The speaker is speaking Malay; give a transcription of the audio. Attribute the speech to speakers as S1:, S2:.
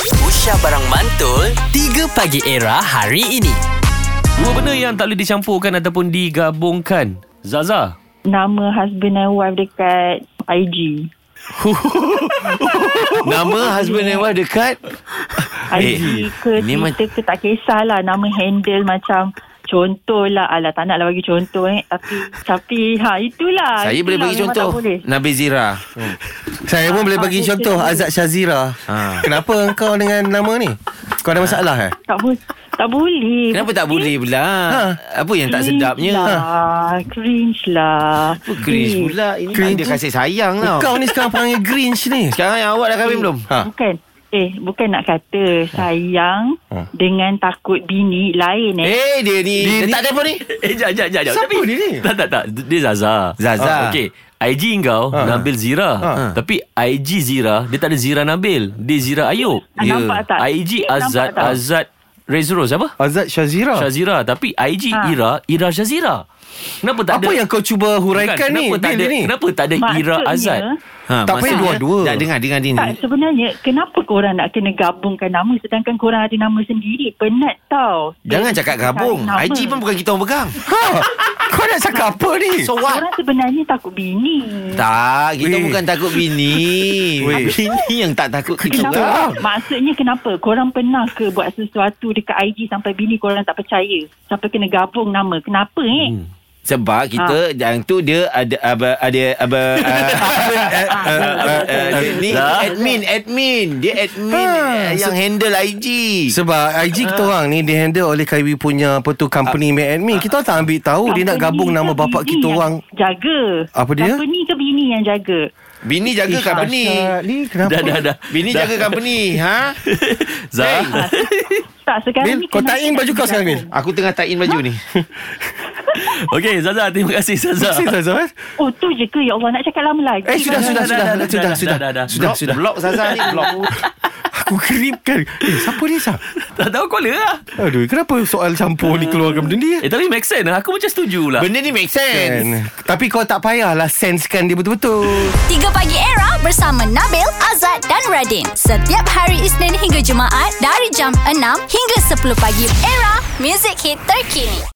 S1: Syah Barang Mantul 3 Pagi Era hari ini
S2: Dua benda yang tak boleh dicampurkan ataupun digabungkan. Zaza.
S3: nama husband and wife dekat IG.
S4: Nama husband and wife dekat Ah, eh.
S3: IG ke
S4: ni
S3: Twitter ke tak kisahlah nama handle macam contohlah alah tak nak lah bagi contoh eh tapi tapi ha itulah
S4: Saya boleh
S3: itulah,
S4: bagi
S3: memang
S4: contoh
S3: tak boleh.
S4: Nabi Zira
S5: Hmm. Saya pun boleh bagi contoh Azad Syazira.
S4: Ha.
S2: Ah.
S5: Ha. Kenapa kau dengan nama ni? Kau ada masalah eh?
S3: tak boleh tak boleh
S4: Kenapa tak boleh pula ha. Apa yang tak
S3: Cringe
S4: sedapnya
S3: lah. cringe lah
S4: Apa cringe pula Ini ada
S5: Cringe.
S4: kasih sayang tau
S5: Kau ni sekarang panggil Grinch ni.
S4: Sekarang yang awak dah kahwin belum
S5: Ha.
S3: bukan eh bukan nak
S4: Ah.
S3: kata sayang
S5: Ha.
S3: dengan takut bini lain eh
S4: Eh dia ni
S5: Dia
S4: Dia
S5: ni-
S4: tak telefon ni
S2: Eh, jap, jap, jap. jap.
S5: Siapa
S2: Tapi-
S5: dia ni?
S2: Tak, tak, tak. Dia Zaza.
S4: Zaza.
S2: Ah, Okey. IG engkau
S5: Ah.
S2: Nabil Zira
S5: Ah.
S2: Tapi IG Zira Dia tak ada Zira Nabil Dia Zira Ayub
S3: Ah,
S4: ya.
S3: nampak tak?
S2: IG
S3: Nampak
S2: Azad
S3: tak?
S2: Azad Rezros apa?
S5: Azad Syazira.
S2: Syazira Tapi IG
S3: Ah.
S2: Ira Ira Syazira Kenapa tak ada
S5: Apa yang kau cuba huraikan ni?
S2: kenapa tak
S5: Bil
S2: ada,
S5: ni?
S2: Kenapa tak ada Ira
S3: Maksudnya-
S2: Azad
S4: ha,
S5: Tak payah dua-dua.
S4: Tak dengar dengar dia ni
S5: Hmm.
S3: Tak, sebenarnya kenapa korang nak kena gabungkan nama sedangkan korang ada nama sendiri? Penat tau.
S4: Jangan
S3: Dia
S4: cakap
S3: cari
S4: gabung
S3: nama.
S4: IG pun bukan kita orang pegang
S5: Ha. Kau nak cakap apa ni?
S4: So what
S3: Korang sebenarnya takut bini.
S4: tak, kita
S5: Weh.
S4: bukan takut bini.
S5: Weh.
S4: Bini yang tak takut kita orang.
S5: lah.
S3: Kenapa? Maksudnya kenapa? Korang pernah ke buat sesuatu dekat IG sampai bini korang tak percaya? Sampai kena gabung nama. Kenapa eh? Hmm.
S4: Sebab kita yang tu dia ada ada ada ada ah, ni
S2: Dah.
S4: admin admin dia admin
S5: Ha,
S4: eh, yang handle IG.
S5: Sebab IG kita orang ni dihandle oleh Kaiwi punya apa tu company main admin. Kita tak ambil tahu Oh, dia nak gabung nama bapak kita orang.
S3: Jaga.
S5: Apa dia?
S3: Company ke bini yang jaga?
S4: Bini jaga
S5: Ih,
S4: company.
S5: Azad ni kenapa?
S2: Dah dah dah
S4: Bini jaga company, ha?
S2: Zah
S3: Ha, Tak, sekarang
S5: Bil,
S3: ni
S5: kau
S3: kenapa
S5: tak in baju kau
S3: jaga?
S5: sekarang Bil.
S4: Aku tengah tak in baju ni.
S2: Okey Zaza Terima kasih Zaza
S5: Sini Azad.
S3: Oh tu je ke? Ya Allah nak cakap lama lagi.
S5: Eh sudah sudah sudah
S2: dah, dah,
S5: sudah
S2: dah,
S5: sudah
S2: dah, dah, dah.
S5: sudah
S4: Blok-
S5: sudah.
S4: Blok Zaza ni blok.
S5: Aku keripkan. Eh siapa ni Sam?
S2: Tak tahu caller lah
S5: Aduh, kenapa soal campur ni keluarkan benda ni?
S2: Eh tapi make sense lah Aku macam setuju lah
S4: Benda ni make sense.
S5: Kan? Tapi kau tak payahlah sensekan dia betul-betul.
S6: 3 Pagi Era bersama Nabil, Azad dan Radin. Setiap hari Isnin hingga Jumaat dari jam 6 hingga 10 pagi. Era, music hit terkini.